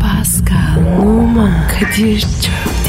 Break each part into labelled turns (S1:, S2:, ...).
S1: Pascal, Oman, Kadir çok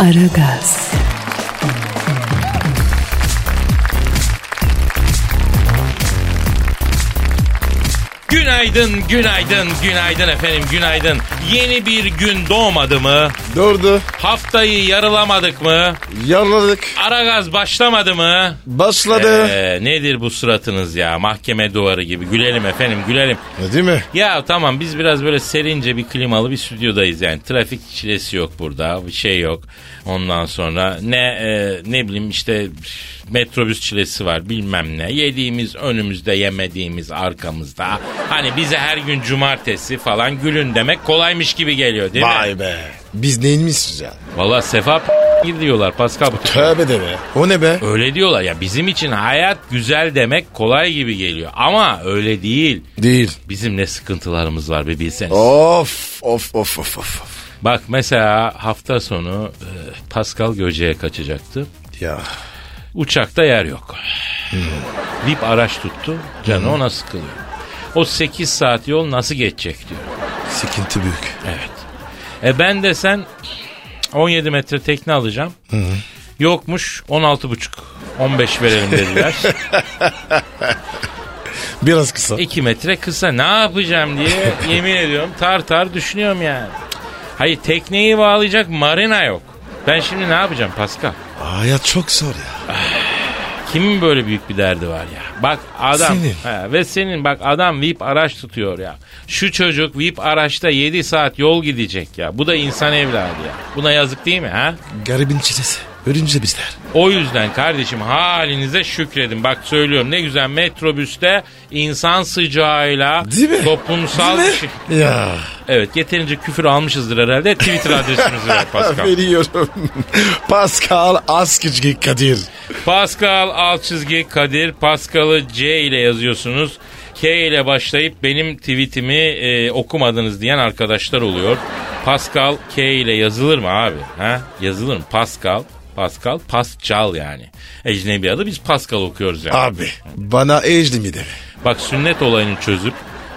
S1: Aragaz,
S2: Günaydın, günaydın, günaydın efendim, günaydın. Yeni bir gün doğmadı mı?
S3: Doğru.
S2: Haftayı yarılamadık mı?
S3: Yarladık.
S2: Aragaz başlamadı mı?
S3: Başladı.
S2: Ee, nedir bu suratınız ya? Mahkeme duvarı gibi. Gülelim efendim, gülelim.
S3: Değil mi?
S2: Ya tamam biz biraz böyle serince bir klimalı bir stüdyodayız yani. Trafik çilesi yok burada. Bir şey yok. Ondan sonra ne e, ne bileyim işte metrobüs çilesi var bilmem ne. Yediğimiz önümüzde yemediğimiz arkamızda. Hani bize her gün cumartesi falan gülün demek kolaymış gibi geliyor değil mi?
S3: Vay be. Biz neymişiz ya?
S2: Valla sefa gir diyorlar Pascal. bu tür-
S3: Tövbe de be. O ne be?
S2: Öyle diyorlar ya bizim için hayat güzel demek kolay gibi geliyor. Ama öyle değil.
S3: Değil.
S2: Bizim ne sıkıntılarımız var bir bilseniz.
S3: Of of of of of.
S2: Bak mesela hafta sonu e, Pascal Göce'ye kaçacaktı.
S3: Ya.
S2: Uçakta yer yok. VIP araç tuttu. Canı ona sıkılıyor. O 8 saat yol nasıl geçecek diyor.
S3: Sıkıntı büyük.
S2: Evet. E ben de sen 17 metre tekne alacağım. Yokmuş 16,5. 15 verelim dediler.
S3: Biraz kısa.
S2: 2 metre kısa ne yapacağım diye yemin ediyorum tar tar düşünüyorum yani. Hayır tekneyi bağlayacak marina yok. Ben şimdi ne yapacağım Pascal?
S3: Hayat çok zor ya.
S2: Kimin böyle büyük bir derdi var ya? Bak adam
S3: Senin.
S2: He, ve senin bak adam VIP araç tutuyor ya. Şu çocuk VIP araçta 7 saat yol gidecek ya. Bu da insan evladı ya. Buna yazık değil mi ha?
S3: Garibin çilesi. Ölünce bizler.
S2: O yüzden kardeşim halinize şükredin. Bak söylüyorum ne güzel metrobüste insan sıcağıyla
S3: Değil mi?
S2: toplumsal
S3: Değil
S2: şey-
S3: mi? Ya.
S2: Evet yeterince küfür almışızdır herhalde. Twitter adresimizi ver Pascal.
S3: Veriyorum. Pascal Askıcı Kadir.
S2: Pascal alt çizgi Kadir. Pascal'ı C ile yazıyorsunuz. K ile başlayıp benim tweetimi e, okumadınız diyen arkadaşlar oluyor. Pascal K ile yazılır mı abi? Ha? Yazılır mı? Pascal. Pascal. Pascal yani. Ecnebi adı biz Pascal okuyoruz yani.
S3: Abi bana ejdi mi deme.
S2: Bak sünnet olayını çözüp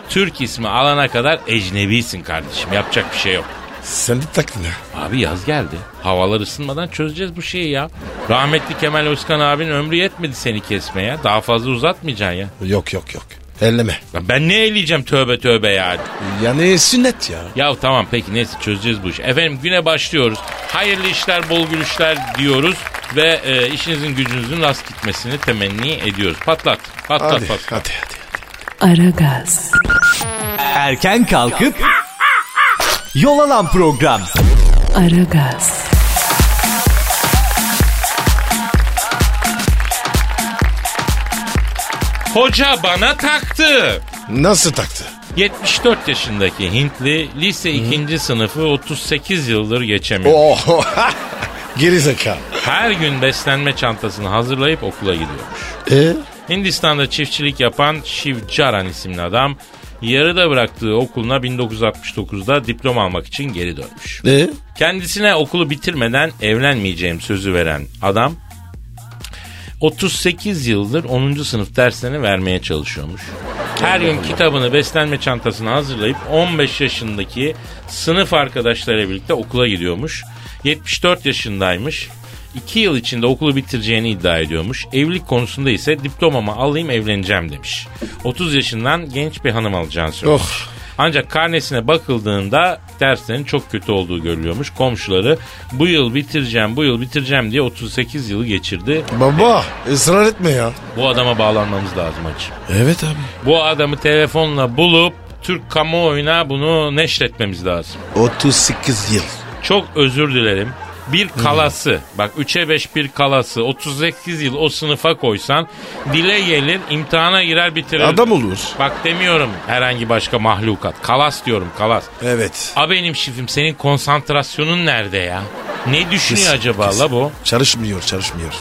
S2: Türk ismi alana kadar ecnebisin kardeşim. Yapacak bir şey yok.
S3: Sen de taktın ha.
S2: Abi yaz geldi. Havalar ısınmadan çözeceğiz bu şeyi ya. Rahmetli Kemal Özkan abinin ömrü yetmedi seni kesmeye. Daha fazla uzatmayacaksın ya.
S3: Yok yok yok. Elleme.
S2: Ya Ben ne eleyeceğim tövbe tövbe yani.
S3: Yani sünnet ya.
S2: Ya tamam peki neyse çözeceğiz bu işi. Efendim güne başlıyoruz. Hayırlı işler bol gülüşler diyoruz. Ve e, işinizin gücünüzün rast gitmesini temenni ediyoruz. Patlat. Patlat
S3: Hadi hadi
S2: patlat.
S3: hadi.
S1: Aragaz,
S4: Erken kalkıp yol alan program.
S1: Aragaz,
S2: Hoca bana taktı.
S3: Nasıl taktı?
S2: 74 yaşındaki Hintli lise 2. sınıfı 38 yıldır geçemiyor.
S3: Oh. Geri zeka.
S2: Her gün beslenme çantasını hazırlayıp okula gidiyormuş.
S3: E?
S2: Hindistan'da çiftçilik yapan Shiv Charan isimli adam yarıda bıraktığı okuluna 1969'da diploma almak için geri dönmüş.
S3: E?
S2: Kendisine okulu bitirmeden evlenmeyeceğim sözü veren adam 38 yıldır 10. sınıf derslerini vermeye çalışıyormuş. Her gün kitabını beslenme çantasına hazırlayıp 15 yaşındaki sınıf arkadaşlarıyla birlikte okula gidiyormuş. 74 yaşındaymış. 2 yıl içinde okulu bitireceğini iddia ediyormuş. Evlilik konusunda ise diplomamı alayım evleneceğim demiş. 30 yaşından genç bir hanım alacağını söylemiş.
S3: Oh.
S2: Ancak karnesine bakıldığında derslerin çok kötü olduğu görülüyormuş. Komşuları bu yıl bitireceğim, bu yıl bitireceğim diye 38 yılı geçirdi.
S3: Baba ısrar etme ya.
S2: Bu adama bağlanmamız lazım acı.
S3: Evet abi.
S2: Bu adamı telefonla bulup Türk kamuoyuna bunu neşretmemiz lazım.
S3: 38 yıl.
S2: Çok özür dilerim. bir kalası bak 3'e 5 bir kalası 38 yıl o sınıfa koysan dile gelir imtihana girer bitirir.
S3: Adam olur.
S2: Bak demiyorum herhangi başka mahlukat. Kalas diyorum kalas.
S3: Evet.
S2: A benim şifim senin konsantrasyonun nerede ya? Ne düşünüyor
S3: Kesin,
S2: acaba
S3: kesin.
S2: la bu?
S3: Çalışmıyor çalışmıyor.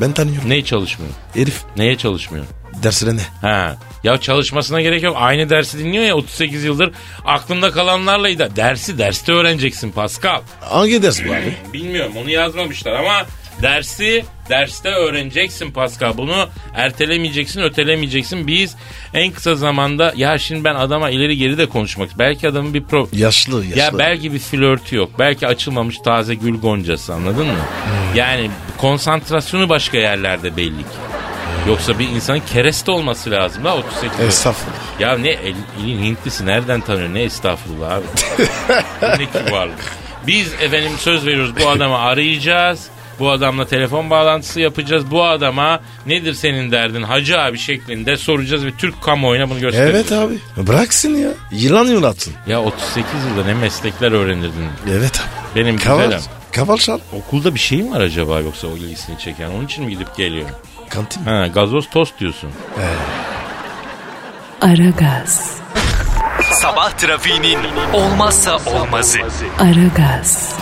S3: Ben tanıyorum.
S2: Neye çalışmıyor?
S3: Herif
S2: Neye çalışmıyor?
S3: dersine ne?
S2: Ha. Ya çalışmasına gerek yok. Aynı dersi dinliyor ya 38 yıldır aklında kalanlarla da dersi derste öğreneceksin Pascal.
S3: Hangi ders bu abi?
S2: Bilmiyorum onu yazmamışlar ama dersi derste öğreneceksin Pascal. Bunu ertelemeyeceksin, ötelemeyeceksin. Biz en kısa zamanda ya şimdi ben adama ileri geri de konuşmak. Belki adamın bir pro
S3: Yaşlı yaşlı.
S2: ya belki bir flörtü yok. Belki açılmamış taze gül goncası anladın mı? Yani konsantrasyonu başka yerlerde belli ki. Yoksa bir insanın kereste olması lazım la 38 yıl.
S3: Estağfurullah.
S2: Ya ne el- elin Hintlisi nereden tanıyor ne estağfurullah abi. ne kibarlık. Biz efendim söz veriyoruz bu adama arayacağız. Bu adamla telefon bağlantısı yapacağız. Bu adama nedir senin derdin hacı abi şeklinde soracağız ve Türk kamuoyuna bunu
S3: Evet
S2: göstereceğiz.
S3: abi. Bıraksın ya. Yılan yılatsın.
S2: Ya 38 yılda ne meslekler öğrenirdin.
S3: Evet abi.
S2: Benim
S3: Kaval,
S2: güzelim.
S3: kaval şal.
S2: Okulda bir şey mi var acaba yoksa o ilgisini çeken? Onun için mi gidip geliyor?
S3: Kantin mi?
S2: Ha, gazoz tost diyorsun.
S1: Aragaz,
S4: Sabah trafiğinin olmazsa olmazı.
S1: Aragaz,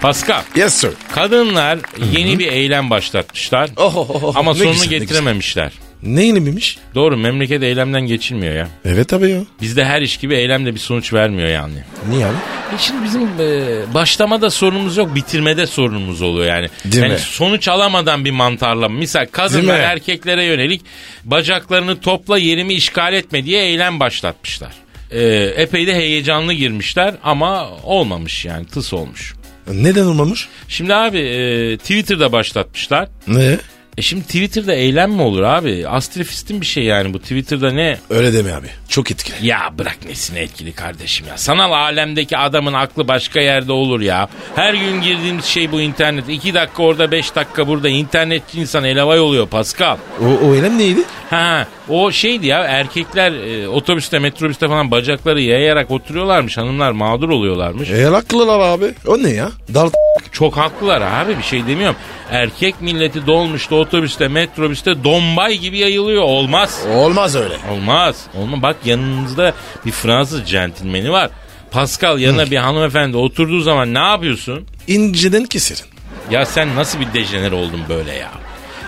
S2: Pascal,
S3: Yes sir.
S2: kadınlar yeni bir eylem başlatmışlar.
S3: Oh, oh, oh.
S2: Ama
S3: Ne
S2: sonunu
S3: güzel, ne
S2: getirememişler.
S3: Ne inimimiş?
S2: Doğru memleket eylemden geçilmiyor ya.
S3: Evet abi ya.
S2: Bizde her iş gibi eylem de bir sonuç vermiyor yani.
S3: Niye abi?
S2: E şimdi bizim e, başlamada sorunumuz yok bitirmede sorunumuz oluyor yani.
S3: Değil
S2: yani
S3: mi?
S2: sonuç alamadan bir mantarlama. Misal kadınlar
S3: Değil mi?
S2: erkeklere yönelik bacaklarını topla yerimi işgal etme diye eylem başlatmışlar. E, epey de heyecanlı girmişler ama olmamış yani tıs olmuş.
S3: Neden olmamış?
S2: Şimdi abi e, Twitter'da başlatmışlar.
S3: Ne?
S2: E şimdi Twitter'da eylem mi olur abi? Astrifistin bir şey yani bu Twitter'da ne
S3: Öyle deme abi. Çok etkili.
S2: Ya bırak nesine etkili kardeşim ya. Sanal alemdeki adamın aklı başka yerde olur ya. Her gün girdiğimiz şey bu internet. İki dakika orada beş dakika burada internetçi insan elevay oluyor Pascal.
S3: O, o eylem neydi?
S2: Ha o şeydi ya erkekler e, otobüste metrobüste falan bacakları yayarak oturuyorlarmış. Hanımlar mağdur oluyorlarmış.
S3: E haklılar abi. O ne ya? Dal
S2: Çok haklılar abi bir şey demiyorum. Erkek milleti dolmuşta otobüste metrobüste dombay gibi yayılıyor. Olmaz.
S3: Olmaz öyle.
S2: Olmaz. Olma bak yanınızda bir Fransız centilmeni var. Pascal yanına bir hanımefendi oturduğu zaman ne yapıyorsun?
S3: İnceden keserin.
S2: Ya sen nasıl bir dejener oldun böyle ya?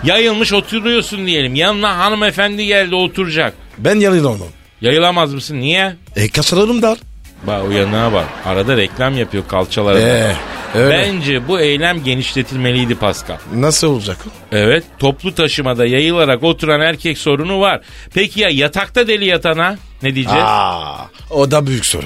S2: Yayılmış oturuyorsun diyelim. Yanına hanımefendi geldi oturacak.
S3: Ben yanında olmam.
S2: Yayılamaz mısın? Niye?
S3: E kaçırırım dar.
S2: Bak uyanığa bak. Arada reklam yapıyor kalçalara.
S3: Ee, öyle.
S2: Bence bu eylem genişletilmeliydi Pascal.
S3: Nasıl olacak o?
S2: Evet toplu taşımada yayılarak oturan erkek sorunu var. Peki ya yatakta deli yatana ne diyeceğiz?
S3: Aa, o da büyük soru.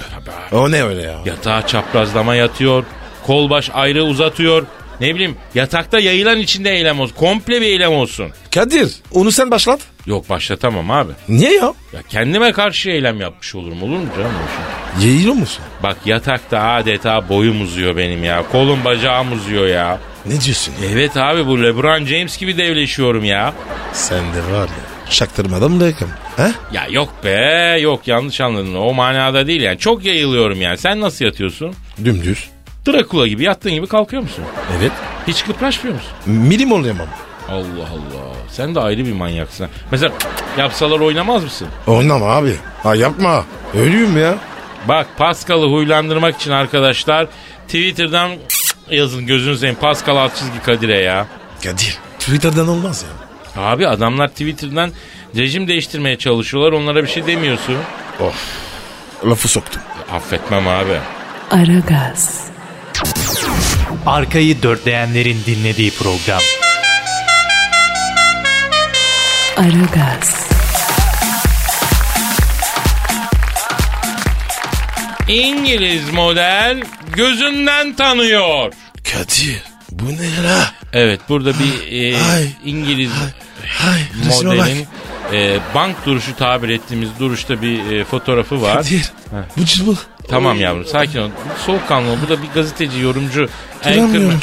S3: O ne öyle ya?
S2: Yatağa çaprazlama yatıyor. Kol baş ayrı uzatıyor. Ne bileyim yatakta yayılan içinde eylem olsun. Komple bir eylem olsun.
S3: Kadir onu sen başlat.
S2: Yok başlatamam abi.
S3: Niye ya?
S2: Ya kendime karşı eylem yapmış olurum olur mu canım? öyle şey?
S3: Yayılıyor musun?
S2: Bak yatakta adeta boyum uzuyor benim ya. Kolum bacağım uzuyor ya.
S3: Ne diyorsun ya?
S2: Evet abi bu LeBron James gibi devleşiyorum ya.
S3: Sen de var ya. Şaktırmadan bırakın. He?
S2: Ya yok be yok yanlış anladın o manada değil yani. Çok yayılıyorum yani. Sen nasıl yatıyorsun?
S3: Dümdüz.
S2: Drakula gibi yattığın gibi kalkıyor musun?
S3: Evet.
S2: Hiç kıpraşmıyor musun?
S3: Milim olayamam.
S2: Allah Allah. Sen de ayrı bir manyaksın. ha. Mesela yapsalar oynamaz mısın?
S3: Oynama abi. Ha yapma. Ölüyüm ya.
S2: Bak Pascal'ı huylandırmak için arkadaşlar Twitter'dan yazın gözünü seveyim. Pascal alt çizgi Kadir'e ya.
S3: Kadir. Twitter'dan olmaz ya.
S2: Abi adamlar Twitter'dan rejim değiştirmeye çalışıyorlar. Onlara bir şey demiyorsun.
S3: Lafı soktum.
S2: Affetmem abi.
S1: Aragaz,
S4: Arkayı dörtleyenlerin dinlediği program.
S1: Aragaz,
S2: İngiliz model gözünden tanıyor.
S3: Kadir. Bu ne la?
S2: Evet burada bir e,
S3: Ay.
S2: İngiliz
S3: Hay resme bak.
S2: modelin e, bank duruşu tabir ettiğimiz duruşta bir e, fotoğrafı var.
S3: Kadir. Bu cılbıl.
S2: Tamam yavrum sakin ol. Soğukkanlı ol. Bu da bir gazeteci, yorumcu. anchor-
S3: Duramıyorum.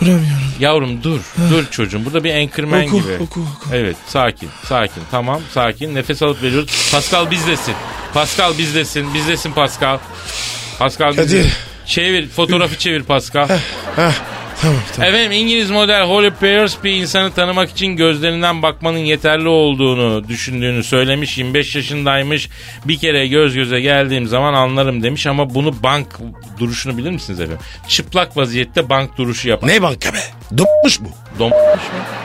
S3: Duramıyorum.
S2: Yavrum dur, dur çocuğum. Burada bir enkırmen
S3: Oku,
S2: gibi.
S3: oku, oku.
S2: Evet, sakin, sakin. Tamam, sakin. Nefes alıp veriyoruz. Pascal bizdesin. Pascal bizdesin. Bizdesin Pascal. Pascal
S3: Kadir.
S2: bizdesin. Çevir, fotoğrafı çevir Pascal.
S3: Heh, tamam tamam.
S2: Efendim İngiliz model Holly Pierce bir insanı tanımak için gözlerinden bakmanın yeterli olduğunu düşündüğünü söylemiş. 25 yaşındaymış. Bir kere göz göze geldiğim zaman anlarım demiş ama bunu bank duruşunu bilir misiniz efendim? Çıplak vaziyette bank duruşu yapan.
S3: Ne banka be? Donmuş bu.
S2: Dom-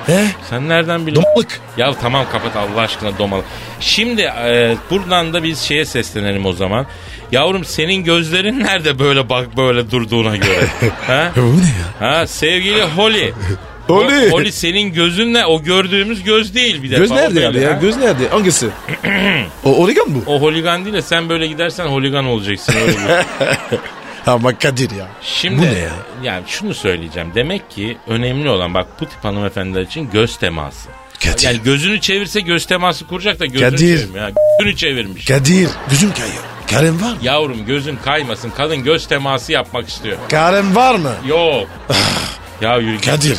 S3: He?
S2: Sen nereden biliyorsun?
S3: Domluk.
S2: Ya tamam kapat Allah aşkına domalı. Şimdi e, buradan da biz şeye seslenelim o zaman. Yavrum senin gözlerin nerede böyle bak böyle durduğuna göre? ha?
S3: Ya bu ne ya?
S2: Ha sevgili Holly.
S3: Holly.
S2: O- Holly senin gözünle o gördüğümüz göz değil bir defa.
S3: Göz
S2: O
S3: nerede
S2: değil,
S3: yani ya?
S2: ha?
S3: Göz nerede? Hangisi? o Oregon bu.
S2: O holigan değil de sen böyle gidersen holigan olacaksın. Öyle bir-
S3: Ama Kadir ya.
S2: Şimdi
S3: Bu ne ya?
S2: yani şunu söyleyeceğim. Demek ki önemli olan bak bu tip hanımefendiler için göz teması.
S3: Kadir.
S2: Yani gözünü çevirse göz teması kuracak da gözünü
S3: Kadir.
S2: çevirmiyor. ya. Gözünü çevirmiş.
S3: Kadir. Gözüm kayıyor. Karın var mı?
S2: Yavrum gözün kaymasın. Kadın göz teması yapmak istiyor.
S3: Karın var mı?
S2: Yok. ya yürü git.
S3: Kadir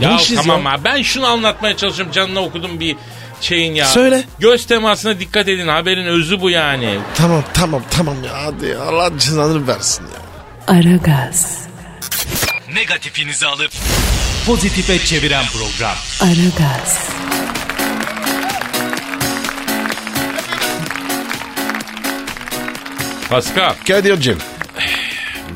S3: ya.
S2: Ya
S3: işiz
S2: tamam ha. Ben şunu anlatmaya çalışıyorum. Canına okudum bir şeyin ya.
S3: Söyle.
S2: Göz temasına dikkat edin. Haberin özü bu yani.
S3: Tamam tamam tamam ya hadi ya. Allah cezanı versin ya.
S1: Aragaz,
S4: Negatifinizi alıp pozitife çeviren program.
S1: Aragaz,
S2: Pascal.
S3: Kadir'cim.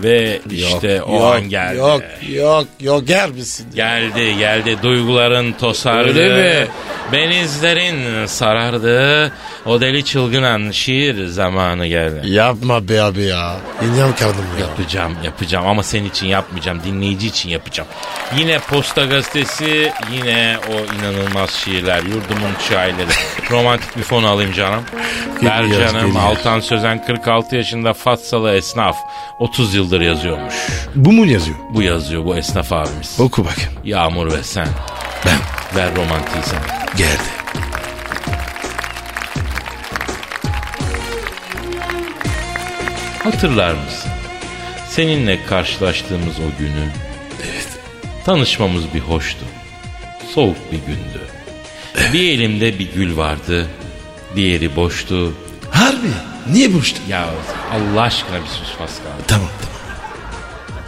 S2: Ve işte
S3: Yok,
S2: o
S3: yok,
S2: an geldi.
S3: Yok yok yok gel misin?
S2: Geldi geldi duyguların tosardı.
S3: Öyle mi?
S2: Benizlerin sarardı. O deli çılgın an şiir zamanı geldi.
S3: Yapma be abi ya. İnyam kardım ya.
S2: Yapacağım yapacağım ama senin için yapmayacağım dinleyici için yapacağım. Yine Posta Gazetesi yine o inanılmaz şiirler yurdumun şairleri. Romantik bir fon alayım canım.
S3: Geliyor,
S2: Ver canım
S3: geliyor.
S2: Altan Sözen 46 yaşında Fatsalı esnaf 30 yıldır yazıyormuş.
S3: Bu mu yazıyor?
S2: Bu yazıyor bu esnaf abimiz.
S3: Oku bak.
S2: Yağmur ve sen.
S3: Ben
S2: Ver romantiği sen.
S3: geldi.
S2: Hatırlar mısın? Seninle karşılaştığımız o günü. Tanışmamız bir hoştu. Soğuk bir gündü. Bir elimde bir gül vardı. Diğeri boştu.
S3: Harbi. Niye boştu?
S2: Ya Allah aşkına bir sus Pascal.
S3: Tamam tamam.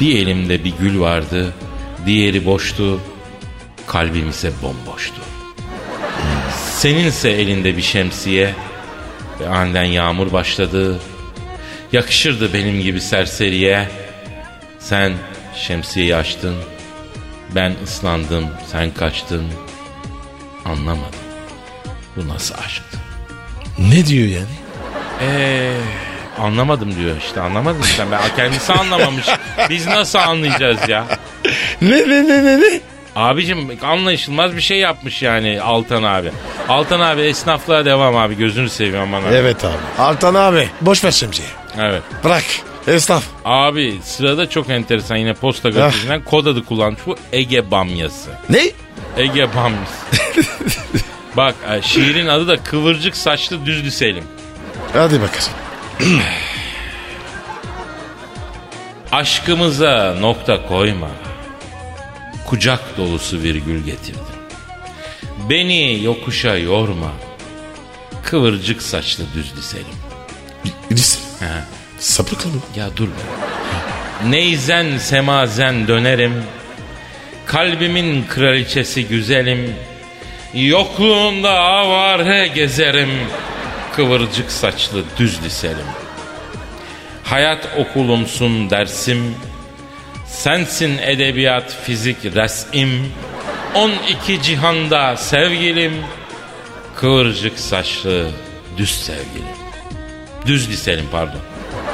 S2: Bir elimde bir gül vardı. Diğeri boştu. Kalbim ise bomboştu.
S3: Hmm.
S2: Seninse elinde bir şemsiye. Ve aniden yağmur başladı. Yakışırdı benim gibi serseriye. Sen şemsiyeyi açtın. Ben ıslandım, sen kaçtın. Anlamadım. Bu nasıl aşktı?
S3: Ne diyor yani?
S2: Ee, anlamadım diyor işte anlamadın sen. Ben kendisi anlamamış. Biz nasıl anlayacağız ya?
S3: Ne ne ne ne ne?
S2: Abicim anlaşılmaz bir şey yapmış yani Altan abi. Altan abi esnaflığa devam abi gözünü seviyorum bana. Evet.
S3: Evet abi. Altan abi. Boş ver şemsiyeyi. Bırak. Esnaf.
S2: Abi sırada çok enteresan yine posta gazetesinden kod adı kullanmış bu Ege Bamyası.
S3: Ne?
S2: Ege Bamyası. Bak e, şiirin adı da Kıvırcık Saçlı Düzlü Selim.
S3: Hadi bakalım.
S2: Aşkımıza nokta koyma. Kucak dolusu virgül getirdin. Beni yokuşa yorma. Kıvırcık saçlı düzlü Selim.
S3: İdris.
S2: Ha.
S3: Sapıklı mı?
S2: Ya dur be. Neyzen semazen dönerim. Kalbimin kraliçesi güzelim. Yokluğunda avare gezerim. Kıvırcık saçlı düz liselim. Hayat okulumsun dersim. Sensin edebiyat, fizik, resim. 12 cihanda sevgilim. Kıvırcık saçlı düz sevgilim. Düz liselim pardon.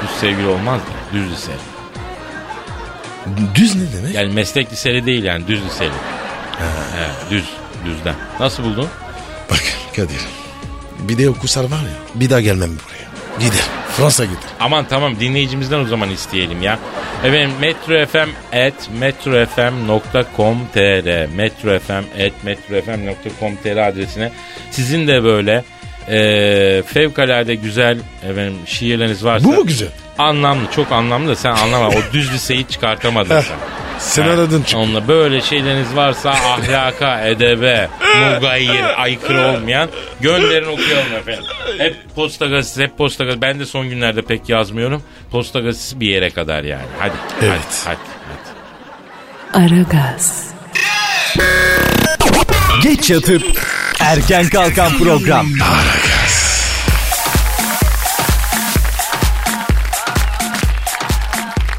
S2: Düz sevgili olmaz mı? Düz liseli.
S3: Düz ne demek?
S2: Yani meslek liseli değil yani düz liseli. Evet, düz, düzden. Nasıl buldun?
S3: Bak Kadir. Bir de okusar var ya. Bir daha gelmem buraya. Gider. Fransa gider.
S2: Aman tamam dinleyicimizden o zaman isteyelim ya. Efendim metrofm at metrofm.com.tr metrofm at metrofm.com.tr adresine sizin de böyle e, fevkalade güzel efendim, şiirleriniz varsa.
S3: Bu mu güzel?
S2: Anlamlı çok anlamlı da sen anlama o düz liseyi çıkartamadın sen.
S3: Sen aradın çünkü.
S2: Onunla böyle şeyleriniz varsa ahlaka, edebe, mugayyir, aykırı olmayan gönderin okuyalım efendim. Hep posta gazetesi, hep posta gazetesi. Ben de son günlerde pek yazmıyorum. Posta gazetesi bir yere kadar yani. Hadi.
S3: Evet.
S2: Hadi. hadi, hadi.
S1: Aragaz,
S4: Geç yatıp erken kalkan program.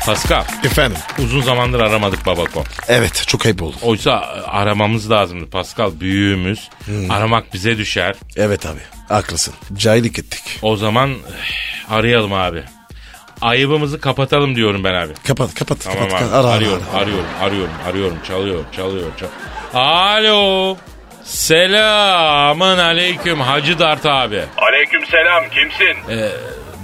S2: Pascal,
S3: Efendim.
S2: uzun zamandır aramadık Babako.
S3: Evet çok ayıp oldu.
S2: Oysa e, aramamız lazımdı Pascal. Büyüğümüz.
S3: Hmm.
S2: Aramak bize düşer.
S3: Evet abi haklısın. Cahillik ettik.
S2: O zaman eh, arayalım abi. Ayıbımızı kapatalım diyorum ben abi.
S3: Kapat kapat.
S2: Tamam
S3: kapat.
S2: abi.
S3: Ara, ara,
S2: arıyorum,
S3: ara.
S2: arıyorum, arıyorum, arıyorum, çalıyor, çalıyor, çal. Alo. Selamın aleyküm Hacı Dart abi.
S5: Aleykümselam kimsin?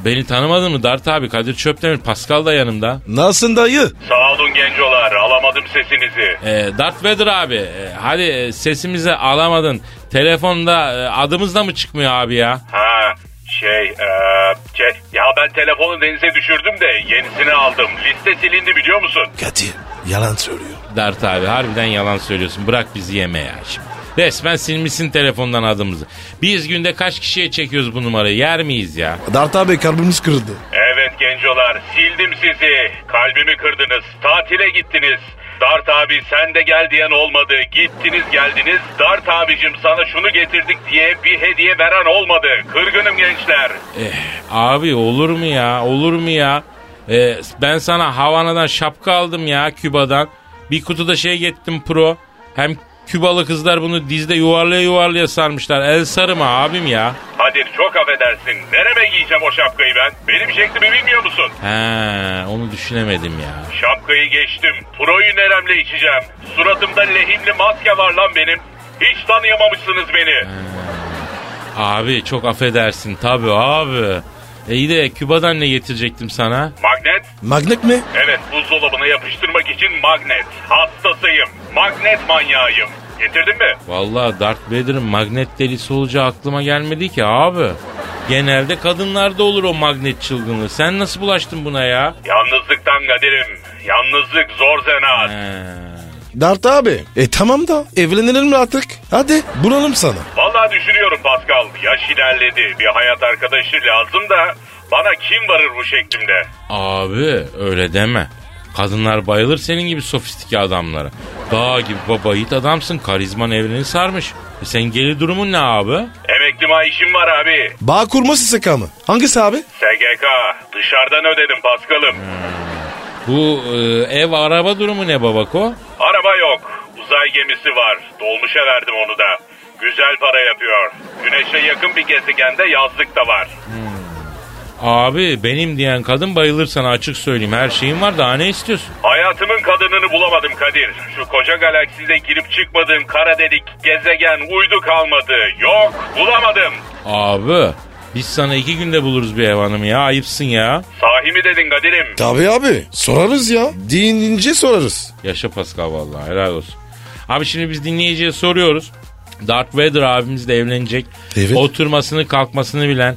S2: Beni tanımadın mı Dart abi? Kadir Çöptemir, Pascal da yanımda.
S3: Nasılsın dayı?
S5: Sağ olun gencolar alamadım sesinizi.
S2: Ee, Dart Vader abi. e, hadi e, sesimizi alamadın. Telefonda e, adımız da mı çıkmıyor abi ya?
S5: Ha şey eee, şey, ya ben telefonu denize düşürdüm de yenisini aldım. Liste silindi biliyor musun?
S3: Kadir yalan söylüyor.
S2: Dart abi harbiden yalan söylüyorsun. Bırak bizi yeme ya şimdi. Resmen silmişsin telefondan adımızı. Biz günde kaç kişiye çekiyoruz bu numarayı? Yer miyiz ya?
S3: Dart abi kalbimiz kırıldı.
S5: Evet gencolar sildim sizi. Kalbimi kırdınız. Tatile gittiniz. Dart abi sen de gel diyen olmadı. Gittiniz geldiniz. Dart abicim sana şunu getirdik diye bir hediye veren olmadı. Kırgınım gençler.
S2: Eh, Abi olur mu ya? Olur mu ya? Ee, ben sana Havana'dan şapka aldım ya Küba'dan. Bir kutuda şey gettim pro. Hem Kübalı kızlar bunu dizde yuvarlaya yuvarlaya sarmışlar. El sarıma abim ya.
S5: Hadi çok affedersin. Nereme giyeceğim o şapkayı ben? Benim şeklimi bilmiyor musun?
S2: He onu düşünemedim ya.
S5: Şapkayı geçtim. Pro'yu neremle içeceğim. Suratımda lehimli maske var lan benim. Hiç tanıyamamışsınız beni.
S2: Abi çok affedersin tabi abi. E iyi de Küba'dan ne getirecektim sana?
S5: Magnet?
S3: Magnet mi?
S5: Evet buzdolabına yapıştırmak için magnet. Hastasıyım. Magnet manyağıyım. Getirdin mi?
S2: Vallahi Darth Vader'ın magnet delisi olacağı aklıma gelmedi ki abi. Genelde kadınlarda olur o magnet çılgınlığı. Sen nasıl bulaştın buna ya?
S5: Yalnızlıktan kaderim. Yalnızlık zor zanaat.
S2: He.
S3: Dart abi. E tamam da evlenelim mi artık? Hadi bulalım sana.
S5: Vallahi düşünüyorum Pascal. Yaş ilerledi. Bir hayat arkadaşı lazım da bana kim varır bu şeklimde?
S2: Abi öyle deme. Kadınlar bayılır senin gibi sofistike adamlara. Dağ gibi baba yiğit adamsın. Karizman evreni sarmış. E sen geri durumun ne abi?
S5: Emekli maaşım var abi.
S3: Bağ kurma SSK mı? Hangisi abi?
S5: SGK. Dışarıdan ödedim Pascal'ım.
S2: Bu e, ev araba durumu ne babako?
S5: Araba yok. Uzay gemisi var. Dolmuşa verdim onu da. Güzel para yapıyor. Güneşe yakın bir gezegende yazlık da var.
S2: Abi benim diyen kadın bayılır sana açık söyleyeyim. Her şeyin var daha ne istiyorsun?
S5: Hayatımın kadınını bulamadım Kadir. Şu koca galakside girip çıkmadığım kara delik, gezegen, uydu kalmadı. Yok, bulamadım.
S2: Abi biz sana iki günde buluruz bir ev hanımı ya. Ayıpsın ya.
S5: Sahi mi dedin Kadir'im?
S3: Tabii abi. Sorarız ya. Dinince sorarız.
S2: Yaşa Pascal vallahi helal olsun. Abi şimdi biz dinleyiciye soruyoruz. Darth Vader abimiz de evlenecek.
S3: Evet.
S2: Oturmasını kalkmasını bilen.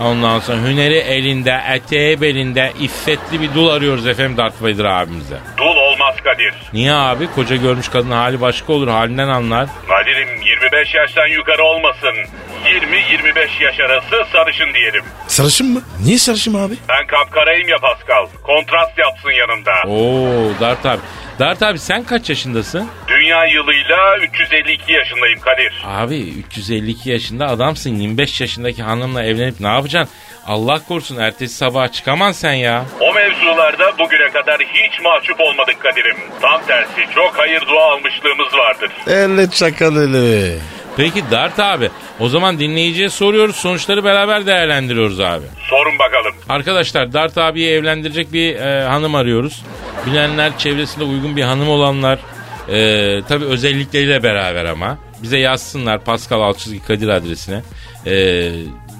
S2: Ondan sonra hüneri elinde, eteği belinde, iffetli bir dul arıyoruz efendim Darth Vader abimize.
S5: Dul olmaz Kadir.
S2: Niye abi? Koca görmüş kadın hali başka olur halinden anlar.
S5: Kadir'im 25 yaştan yukarı olmasın. 20-25 yaş arası sarışın diyelim.
S3: Sarışın mı? Niye sarışın abi?
S5: Ben kapkarayım ya Pascal. Kontrast yapsın yanımda.
S2: Oo Darth abi. Darth abi sen kaç yaşındasın?
S5: Dünya yılıyla 352 yaşındayım Kadir.
S2: Abi 352 yaşında adamsın 25 yaşındaki hanımla evlenip ne yapacaksın? Allah korusun ertesi sabaha çıkaman sen ya.
S5: O mevzularda bugüne kadar hiç mahcup olmadık Kadir'im. Tam tersi çok hayır dua almışlığımız vardır.
S3: Elle çakal ele.
S2: Peki Dart abi o zaman dinleyiciye soruyoruz sonuçları beraber değerlendiriyoruz abi.
S5: Sorun bakalım.
S2: Arkadaşlar Dart abiyi evlendirecek bir e, hanım arıyoruz. Bilenler çevresinde uygun bir hanım olanlar e, tabii özellikleriyle beraber ama bize yazsınlar Pascal Alçızgi Kadir adresine. E,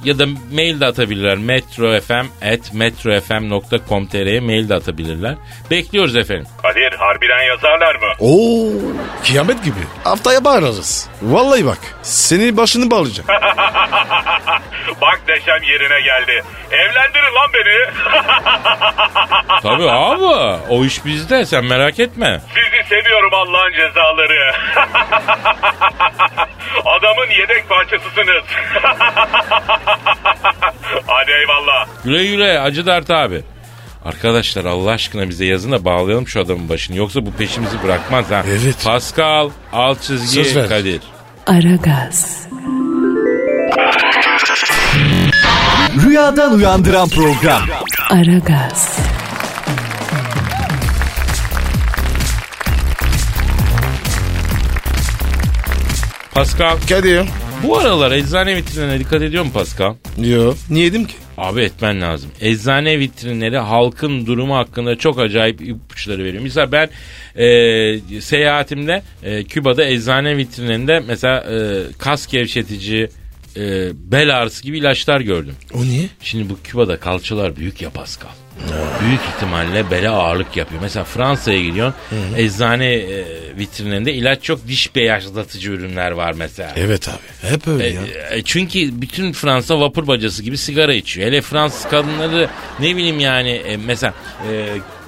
S2: ya da mail de atabilirler metrofm at metrofm.com.tr'ye mail de atabilirler. Bekliyoruz efendim.
S5: Kadir harbiden yazarlar mı?
S3: Oo, kıyamet gibi. Haftaya bağırırız. Vallahi bak, senin başını bağlayacağım.
S5: Bak deşa düşüncem yerine geldi. Evlendirin lan beni.
S2: Tabii abi o iş bizde sen merak etme.
S5: Sizi seviyorum Allah'ın cezaları. Adamın yedek parçasısınız. Hadi eyvallah.
S2: Güle güle Acı Dert abi. Arkadaşlar Allah aşkına bize yazın da bağlayalım şu adamın başını. Yoksa bu peşimizi bırakmaz ha.
S3: Evet.
S2: Pascal alt çizgi
S3: Söz ver.
S2: Kadir.
S1: Aragaz,
S4: Rüyadan uyandıran program.
S1: Aragaz,
S2: Pascal
S3: Kadir.
S2: bu aralar eczane vitrinlerine dikkat ediyor mu Pascal?
S3: Yo. Niye yedim ki?
S2: Abi etmen lazım. Eczane vitrinleri halkın durumu hakkında çok acayip ipuçları veriyor. Mesela ben e, seyahatimde e, Küba'da eczane vitrinlerinde mesela e, kas gevşetici, e, bel ağrısı gibi ilaçlar gördüm.
S3: O niye?
S2: Şimdi bu Küba'da kalçalar büyük ya Pascal. Büyük ihtimalle bele ağırlık yapıyor. Mesela Fransa'ya gidiyorsun. Eczane e, vitrinlerinde ilaç yok. Diş beyazlatıcı ürünler var mesela.
S3: Evet abi. Hep öyle ya.
S2: E, çünkü bütün Fransa vapur bacası gibi sigara içiyor. Hele Fransız kadınları ne bileyim yani e, mesela e,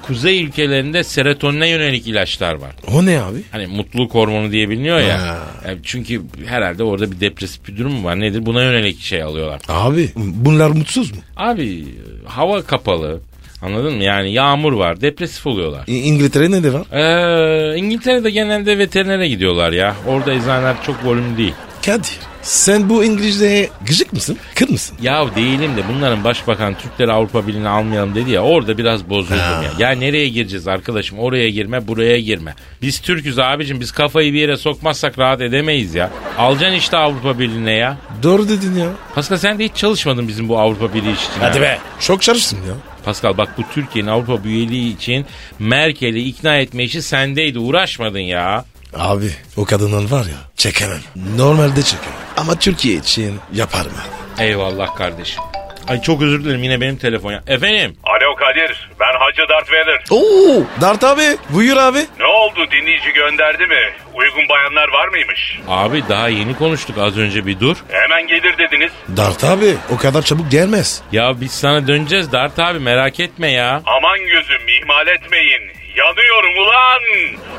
S2: kuzey ülkelerinde serotonine yönelik ilaçlar var.
S3: O ne abi?
S2: Hani mutluluk hormonu diye biliniyor ya.
S3: Ha.
S2: E, çünkü herhalde orada bir depresif bir durum mu var nedir? Buna yönelik şey alıyorlar.
S3: Abi bunlar mutsuz mu?
S2: Abi e, hava kapalı. Anladın mı? Yani yağmur var. Depresif oluyorlar.
S3: İ- İngiltere'de ne var?
S2: Ee, İngiltere'de genelde veterinere gidiyorlar ya. Orada eczaneler çok volümlü değil.
S3: Kadir. Sen bu İngilizceye gıcık mısın? Kır mısın?
S2: Ya değilim de bunların başbakan Türkleri Avrupa Birliği'ne almayalım dedi ya orada biraz bozuldum ya. Ya nereye gireceğiz arkadaşım oraya girme buraya girme. Biz Türk'üz abicim biz kafayı bir yere sokmazsak rahat edemeyiz ya. Alacaksın işte Avrupa Birliği'ne ya.
S3: Doğru dedin ya.
S2: Pascal sen de hiç çalışmadın bizim bu Avrupa Birliği için. ha.
S3: Çok çalıştın ya.
S2: Pascal bak bu Türkiye'nin Avrupa üyeliği için Merkel'i ikna etme işi sendeydi uğraşmadın ya.
S3: Abi o kadından var ya çekemem. Normalde çekemem. Ama Türkiye için yaparım abi.
S2: Eyvallah kardeşim. Ay çok özür dilerim yine benim telefon ya. Efendim?
S5: Alo Kadir, ben Hacı Darth Vader.
S3: Oo, Dart abi buyur abi.
S5: Ne oldu dinleyici gönderdi mi? Uygun bayanlar var mıymış?
S2: Abi daha yeni konuştuk az önce bir dur.
S5: Hemen gelir dediniz.
S3: Dart abi o kadar çabuk gelmez.
S2: Ya biz sana döneceğiz Dart abi merak etme ya.
S5: Aman gözüm ihmal etmeyin. Yanıyorum ulan.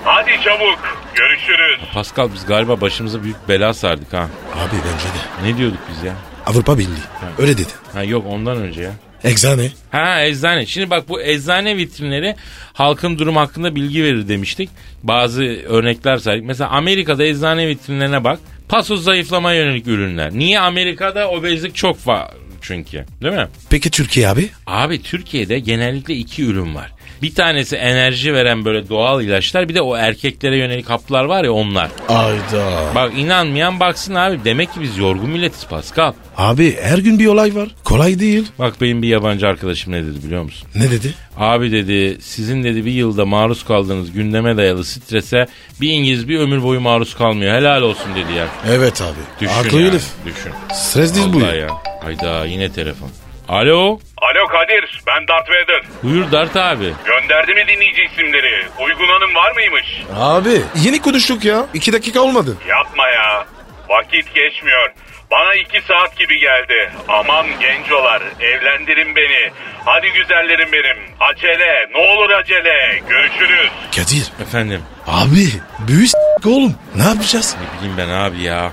S5: Hadi çabuk. Görüşürüz.
S2: Pascal biz galiba başımıza büyük bela sardık ha.
S3: Abi bence de.
S2: Ne diyorduk biz ya?
S3: Avrupa Birliği. Öyle dedi.
S2: Ha yok ondan önce ya.
S3: Egzane.
S2: Ha eczane. Şimdi bak bu eczane vitrinleri halkın durum hakkında bilgi verir demiştik. Bazı örnekler saydık. Mesela Amerika'da eczane vitrinlerine bak. Paso zayıflama yönelik ürünler. Niye Amerika'da obezlik çok var çünkü değil mi?
S3: Peki Türkiye abi?
S2: Abi Türkiye'de genellikle iki ürün var. Bir tanesi enerji veren böyle doğal ilaçlar bir de o erkeklere yönelik haplar var ya onlar.
S3: Ayda.
S2: Bak inanmayan baksın abi demek ki biz yorgun milletiz Pascal.
S3: Abi her gün bir olay var. Kolay değil.
S2: Bak benim bir yabancı arkadaşım ne dedi biliyor musun?
S3: Ne dedi?
S2: Abi dedi sizin dedi bir yılda maruz kaldığınız gündeme dayalı strese bir İngiliz bir ömür boyu maruz kalmıyor. Helal olsun dedi ya.
S3: Evet abi.
S2: Düşün
S3: Haklı
S2: yani,
S3: herif.
S2: Düşün.
S3: Stres değil bu.
S2: Vallahi ya. Hayda yine telefon. Alo.
S5: Alo Kadir, ben Darth Vader.
S2: Buyur Dart abi.
S5: Gönderdi mi dinleyici isimleri? Uygun hanım var mıymış?
S3: Abi yeni konuştuk ya. İki dakika olmadı.
S5: Yapma ya. Vakit geçmiyor. Bana iki saat gibi geldi. Aman gencolar evlendirin beni. Hadi güzellerim benim. Acele ne olur acele. Görüşürüz.
S3: Kadir.
S2: Efendim.
S3: Abi büyü s- oğlum. Ne yapacağız?
S2: Ne bileyim ben abi ya.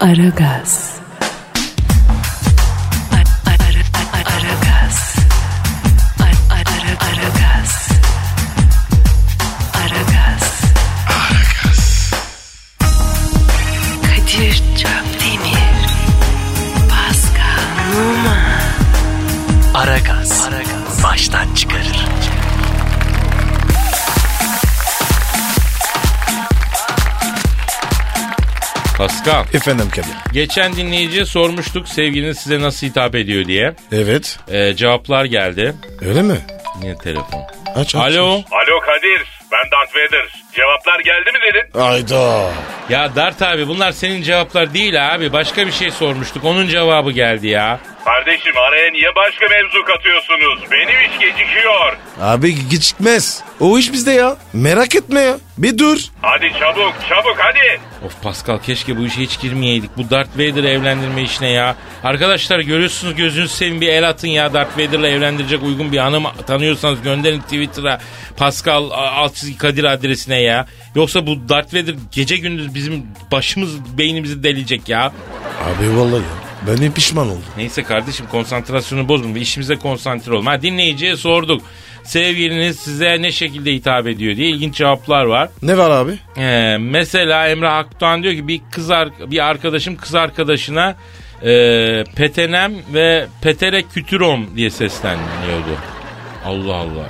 S1: Aragaz. Ara- ara- ara- Aragaz. Ara- ara- Aragaz. Aragaz. Kadir Çöpdemir. Pascal Numa. Aragaz. Baştan çıkarır.
S2: Pascal.
S3: Efendim Kadir.
S2: Geçen dinleyiciye sormuştuk sevgiliniz size nasıl hitap ediyor diye.
S3: Evet.
S2: Ee, cevaplar geldi.
S3: Öyle mi?
S2: Yine telefon.
S3: Aç, aç,
S2: Alo.
S5: Alo Kadir, ben Darth Vader. Cevaplar geldi mi dedin?
S3: aç. Ayda.
S2: Ya Dart abi bunlar senin cevaplar değil abi. Başka bir şey sormuştuk. Onun cevabı geldi ya.
S5: Kardeşim araya niye başka mevzu katıyorsunuz? Benim iş gecikiyor.
S3: Abi gecikmez. O iş bizde ya. Merak etme ya. Bir dur.
S5: Hadi çabuk çabuk hadi.
S2: Of Pascal keşke bu işe hiç girmeyeydik. Bu Darth Vader'ı evlendirme işine ya. Arkadaşlar görüyorsunuz gözünüzü seveyim bir el atın ya. Darth Vader'la evlendirecek uygun bir hanım tanıyorsanız gönderin Twitter'a. Pascal a- alt çizgi Kadir adresine ya. Yoksa bu Darth Vader gece gündüz bizim başımız beynimizi delecek ya.
S3: Abi vallahi ya. Ben de pişman oldum.
S2: Neyse kardeşim konsantrasyonu bozma ve işimize konsantre olma. Ha, dinleyiciye sorduk. Sevgiliniz size ne şekilde hitap ediyor diye ilginç cevaplar var.
S3: Ne var abi?
S2: Ee, mesela Emre Haktan diyor ki bir kız ar- bir arkadaşım kız arkadaşına e, petenem ve petere kütürom diye sesleniyordu. Allah Allah.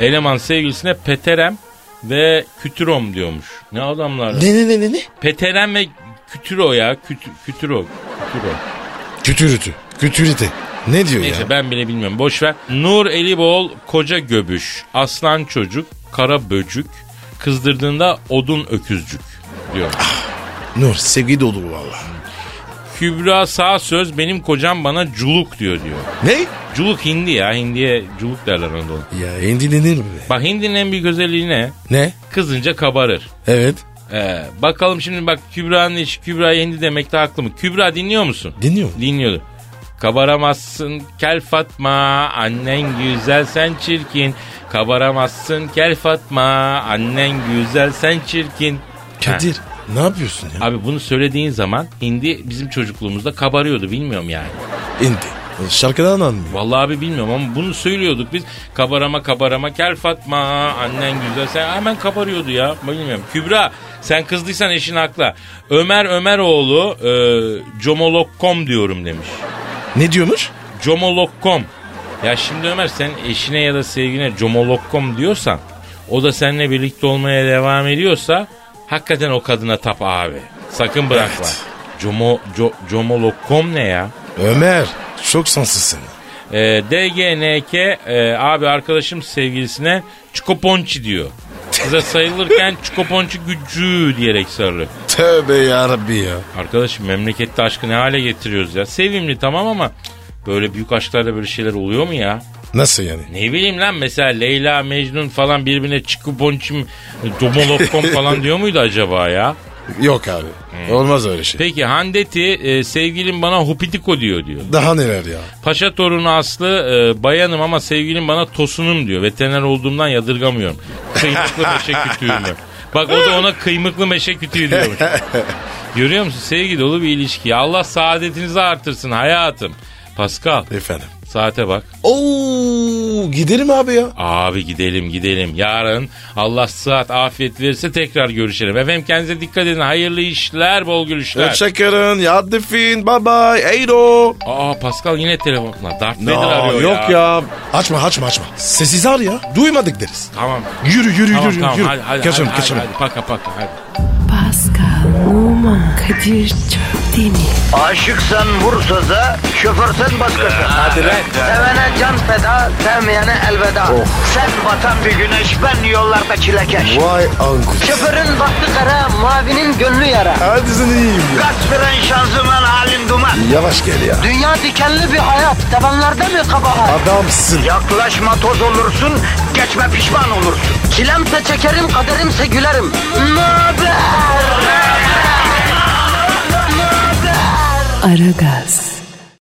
S2: Eleman sevgilisine peterem ve kütürom diyormuş. Ne adamlar.
S3: Ne ne ne ne ne?
S2: Peterem ve kütüro ya. Kütü, kütüro. Kütüro.
S3: Kütürütü. Kütürite. Ne diyor
S2: Neyse
S3: ya?
S2: ben bile bilmiyorum. Boş ver. Nur Elibol koca göbüş, aslan çocuk, kara böcük, kızdırdığında odun öküzcük diyor.
S3: Nur sevgi dolu valla.
S2: Kübra sağ söz benim kocam bana culuk diyor diyor.
S3: Ne?
S2: Culuk hindi ya. Hindiye culuk derler Anadolu.
S3: Ya endinlenir mi? be?
S2: Bak hindinin en büyük özelliği ne?
S3: Ne?
S2: Kızınca kabarır.
S3: Evet.
S2: Ee, bakalım şimdi bak Kübra'nın işi Kübra hindi demekte haklı mı? Kübra dinliyor musun?
S3: Dinliyor mu?
S2: Dinliyordu. Kabaramazsın kel Fatma annen güzel sen çirkin. Kabaramazsın kel Fatma annen güzel sen çirkin.
S3: Kadir
S2: Ha,
S3: ne yapıyorsun ya?
S2: Abi bunu söylediğin zaman hindi bizim çocukluğumuzda kabarıyordu bilmiyorum yani.
S3: İndi. Şarkıdan anlıyor.
S2: Vallahi abi bilmiyorum ama bunu söylüyorduk biz. Kabarama kabarama kel Fatma annen güzel sen hemen kabarıyordu ya bilmiyorum. Kübra sen kızdıysan eşin hakla. Ömer Ömeroğlu e, comolog.com diyorum demiş.
S3: Ne diyormuş?
S2: Comolog.com Ya şimdi Ömer sen eşine ya da sevgine comolog.com diyorsan o da seninle birlikte olmaya devam ediyorsa hakikaten o kadına tap abi. Sakın bırakma.
S3: Evet.
S2: Como, co, comolog.com ne ya?
S3: Ömer çok sanslısın.
S2: E, DGNK e, abi arkadaşım sevgilisine çikoponçi diyor. Kıza sayılırken çikoponçi gücü diyerek sarılıyor.
S3: Tövbe yarabbi ya.
S2: Arkadaşım memlekette aşkı ne hale getiriyoruz ya. Sevimli tamam ama cık, böyle büyük aşklarda böyle şeyler oluyor mu ya?
S3: Nasıl yani?
S2: Ne bileyim lan mesela Leyla Mecnun falan birbirine çikoponçim domolopkom falan diyor muydu acaba ya?
S3: Yok abi. Olmaz öyle şey.
S2: Hmm. Peki Handeti e, sevgilim bana hupitiko diyor diyor.
S3: Daha neler ya?
S2: Paşa torunu Aslı e, bayanım ama sevgilim bana tosunum diyor. Veteriner olduğumdan yadırgamıyorum. Kıymıklı meşe kütüğümü. Bak o da ona kıymıklı meşe kütüğü diyormuş. Görüyor musun? Sevgi dolu bir ilişki. Allah saadetinizi artırsın hayatım. Pascal
S3: Efendim.
S2: saate bak.
S3: Oo gidelim abi ya.
S2: Abi gidelim gidelim. Yarın Allah sıhhat afiyet verirse tekrar görüşelim. Efendim kendinize dikkat edin. Hayırlı işler, bol gülüşler.
S3: Hoşçakalın. Ya defin. Bye bye. Eydo.
S2: Aa Pascal yine telefonla. Darth Vader
S3: Aa,
S2: arıyor
S3: yok ya. Açma açma açma. Sessiz ar ya. Duymadık deriz.
S2: Tamam.
S3: Yürü yürü
S2: Tamam
S3: yürü.
S2: tamam
S3: yürü.
S2: hadi hadi.
S3: kaçalım
S2: hadi,
S3: kaçalım.
S2: Hadi, hadi, paka paka hadi.
S1: Pascal, Oman, Kadir çok değil mi?
S6: Aşıksan vursa da, şoförsen başkasın. Hadi Sevene can feda, sevmeyene elveda.
S3: Oh.
S6: Sen batan bir güneş, ben yollarda çilekeş.
S3: Vay anku.
S6: Şoförün baktı kara, mavinin gönlü yara.
S3: Hadi sen iyiyim ya.
S6: Kasperen şanzıman halin duman.
S3: Yavaş gel ya.
S6: Dünya dikenli bir hayat, sevenlerde mi kabahar?
S3: Adamsın.
S6: Yaklaşma toz olursun, geçme pişman olursun. Çilemse çekerim, kaderimse gülerim. Möber!
S1: Aragaz.